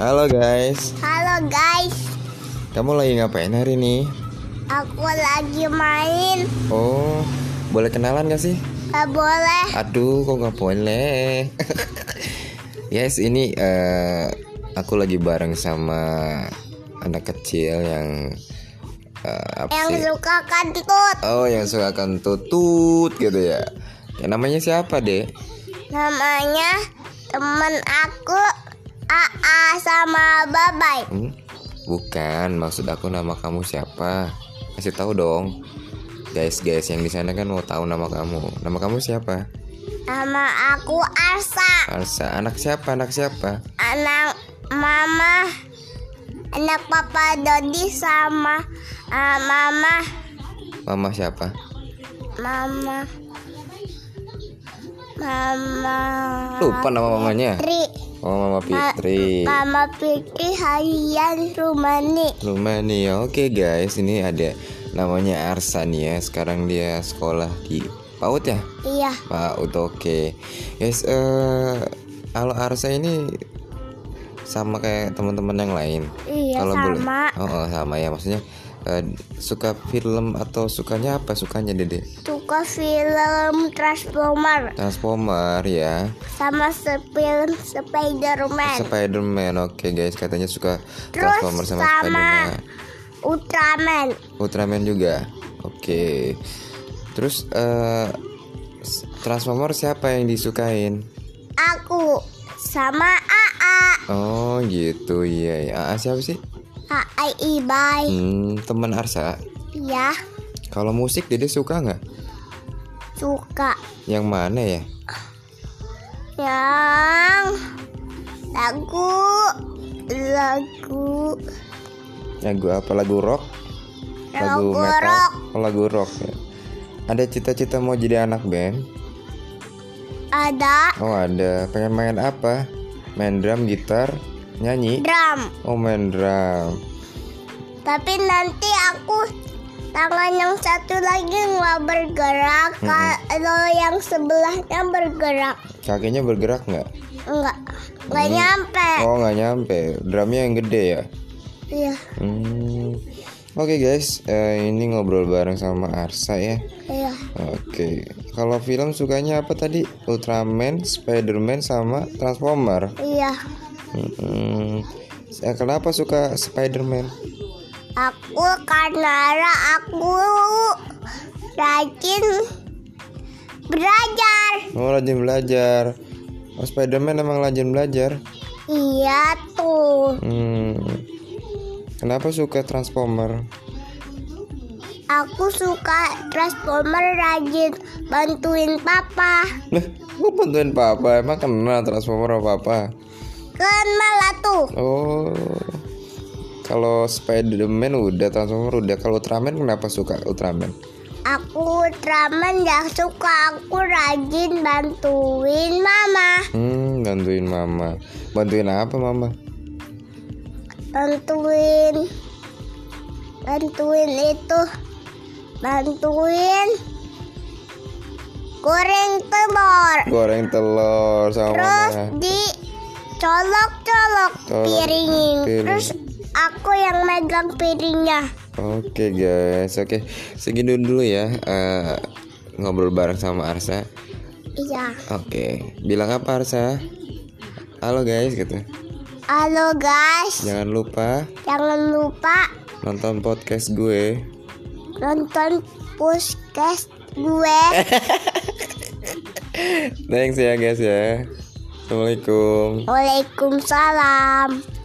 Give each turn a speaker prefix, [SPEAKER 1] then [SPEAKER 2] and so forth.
[SPEAKER 1] Halo guys,
[SPEAKER 2] Halo guys,
[SPEAKER 1] kamu lagi ngapain hari ini?
[SPEAKER 2] aku lagi main.
[SPEAKER 1] Oh, boleh kenalan gak sih?
[SPEAKER 2] Gak boleh.
[SPEAKER 1] Aduh, kok gak boleh? yes, ini eh, aku lagi bareng sama anak kecil yang eh, apa
[SPEAKER 2] Yang
[SPEAKER 1] sih?
[SPEAKER 2] suka kentut.
[SPEAKER 1] Oh, yang suka kentutut gitu ya. Ya, namanya siapa deh?
[SPEAKER 2] Namanya teman aku AA sama Babai.
[SPEAKER 1] Hmm? Bukan, maksud aku nama kamu siapa? Kasih tahu dong. Guys-guys yang di sana kan mau tahu nama kamu. Nama kamu siapa?
[SPEAKER 2] Nama aku Arsa.
[SPEAKER 1] Alsa, anak siapa? Anak siapa?
[SPEAKER 2] Anak mama, anak papa Dodi sama ah, mama,
[SPEAKER 1] Mama siapa?
[SPEAKER 2] mama, mama.
[SPEAKER 1] Lupa nama mamanya.
[SPEAKER 2] Tri.
[SPEAKER 1] Oh, Mama Fitri.
[SPEAKER 2] Mama Fitri Harian Rumani.
[SPEAKER 1] Lumania. Oke, guys, ini ada namanya Arsan ya. Sekarang dia sekolah di PAUD ya?
[SPEAKER 2] Iya,
[SPEAKER 1] PAUD oke. Guys, eh kalau Arsa ini sama kayak teman-teman yang lain.
[SPEAKER 2] iya
[SPEAKER 1] kalau
[SPEAKER 2] sama
[SPEAKER 1] boleh. Oh, oh, sama ya maksudnya. eh, suka film atau sukanya apa? Sukanya Dede?
[SPEAKER 2] suka film Transformer
[SPEAKER 1] Transformer ya.
[SPEAKER 2] sama se- film Spider-Man.
[SPEAKER 1] Spider-Man. Oke, guys, katanya suka
[SPEAKER 2] Terus
[SPEAKER 1] Transformer sama,
[SPEAKER 2] sama-
[SPEAKER 1] Spider-Man.
[SPEAKER 2] Ultraman.
[SPEAKER 1] Ultraman juga. Oke. Terus eh s- Transformer siapa yang disukain?
[SPEAKER 2] Aku sama AA.
[SPEAKER 1] Oh, gitu. Iya, iya. Aa, siapa sih?
[SPEAKER 2] AA Ibai.
[SPEAKER 1] Hmm, teman Arsa.
[SPEAKER 2] Ya,
[SPEAKER 1] Kalau musik Dede suka nggak?
[SPEAKER 2] suka
[SPEAKER 1] Yang mana ya?
[SPEAKER 2] yang lagu lagu
[SPEAKER 1] Lagu apa? Lagu rock? Lagu
[SPEAKER 2] lagu
[SPEAKER 1] metal?
[SPEAKER 2] rock
[SPEAKER 1] Oh, lagu rock. ya. Ada cita-cita mau jadi anak band?
[SPEAKER 2] ada
[SPEAKER 1] Oh, ada. Pengen main apa? Main drum, gitar, nyanyi?
[SPEAKER 2] drum.
[SPEAKER 1] Oh, main drum.
[SPEAKER 2] Tapi nanti aku tangan yang satu lagi nggak bergerak, kalau yang sebelahnya bergerak
[SPEAKER 1] Kakinya bergerak nggak?
[SPEAKER 2] nggak nggak nyampe.
[SPEAKER 1] Oh nggak nyampe, drumnya yang gede ya.
[SPEAKER 2] Iya,
[SPEAKER 1] Hmm. Oke guys, eh, ini ngobrol bareng sama Arsa ya.
[SPEAKER 2] iya.
[SPEAKER 1] Oke, kalau film sukanya apa tadi? Ultraman, Spiderman sama Transformer.
[SPEAKER 2] Iya,
[SPEAKER 1] Hmm. Eh, Kenapa suka Spiderman?
[SPEAKER 2] aku karena aku rajin belajar.
[SPEAKER 1] Oh rajin belajar. Oh Spiderman emang rajin belajar.
[SPEAKER 2] Iya tuh,
[SPEAKER 1] Hmm. Kenapa suka Transformer?
[SPEAKER 2] aku suka Transformer rajin bantuin papa.
[SPEAKER 1] Lah, kok bantuin papa? Emang kenal Transformer apa apa?
[SPEAKER 2] Kan malah tuh,
[SPEAKER 1] Oh. Kalau Spider-Man udah, Transformer udah. Kalau Ultraman kenapa suka Ultraman?
[SPEAKER 2] Aku Ultraman yang suka aku rajin bantuin mama
[SPEAKER 1] Hmm, bantuin mama. Bantuin apa mama?
[SPEAKER 2] Bantuin Bantuin itu Bantuin Goreng telur
[SPEAKER 1] Goreng telur sama
[SPEAKER 2] Terus
[SPEAKER 1] mama.
[SPEAKER 2] di colok-colok
[SPEAKER 1] Colok
[SPEAKER 2] piring
[SPEAKER 1] piring.
[SPEAKER 2] Terus aku yang megang piringnya
[SPEAKER 1] Oke guys, oke segini dulu ya eh, ngobrol bareng sama Arsa.
[SPEAKER 2] Iya
[SPEAKER 1] Oke, bilang apa Arsa? Halo guys gitu.
[SPEAKER 2] Halo guys
[SPEAKER 1] Jangan lupa
[SPEAKER 2] Jangan lupa
[SPEAKER 1] nonton podcast gue.
[SPEAKER 2] nonton puskes gue
[SPEAKER 1] Thanks ya guys ya. Assalamualaikum.
[SPEAKER 2] Waalaikumsalam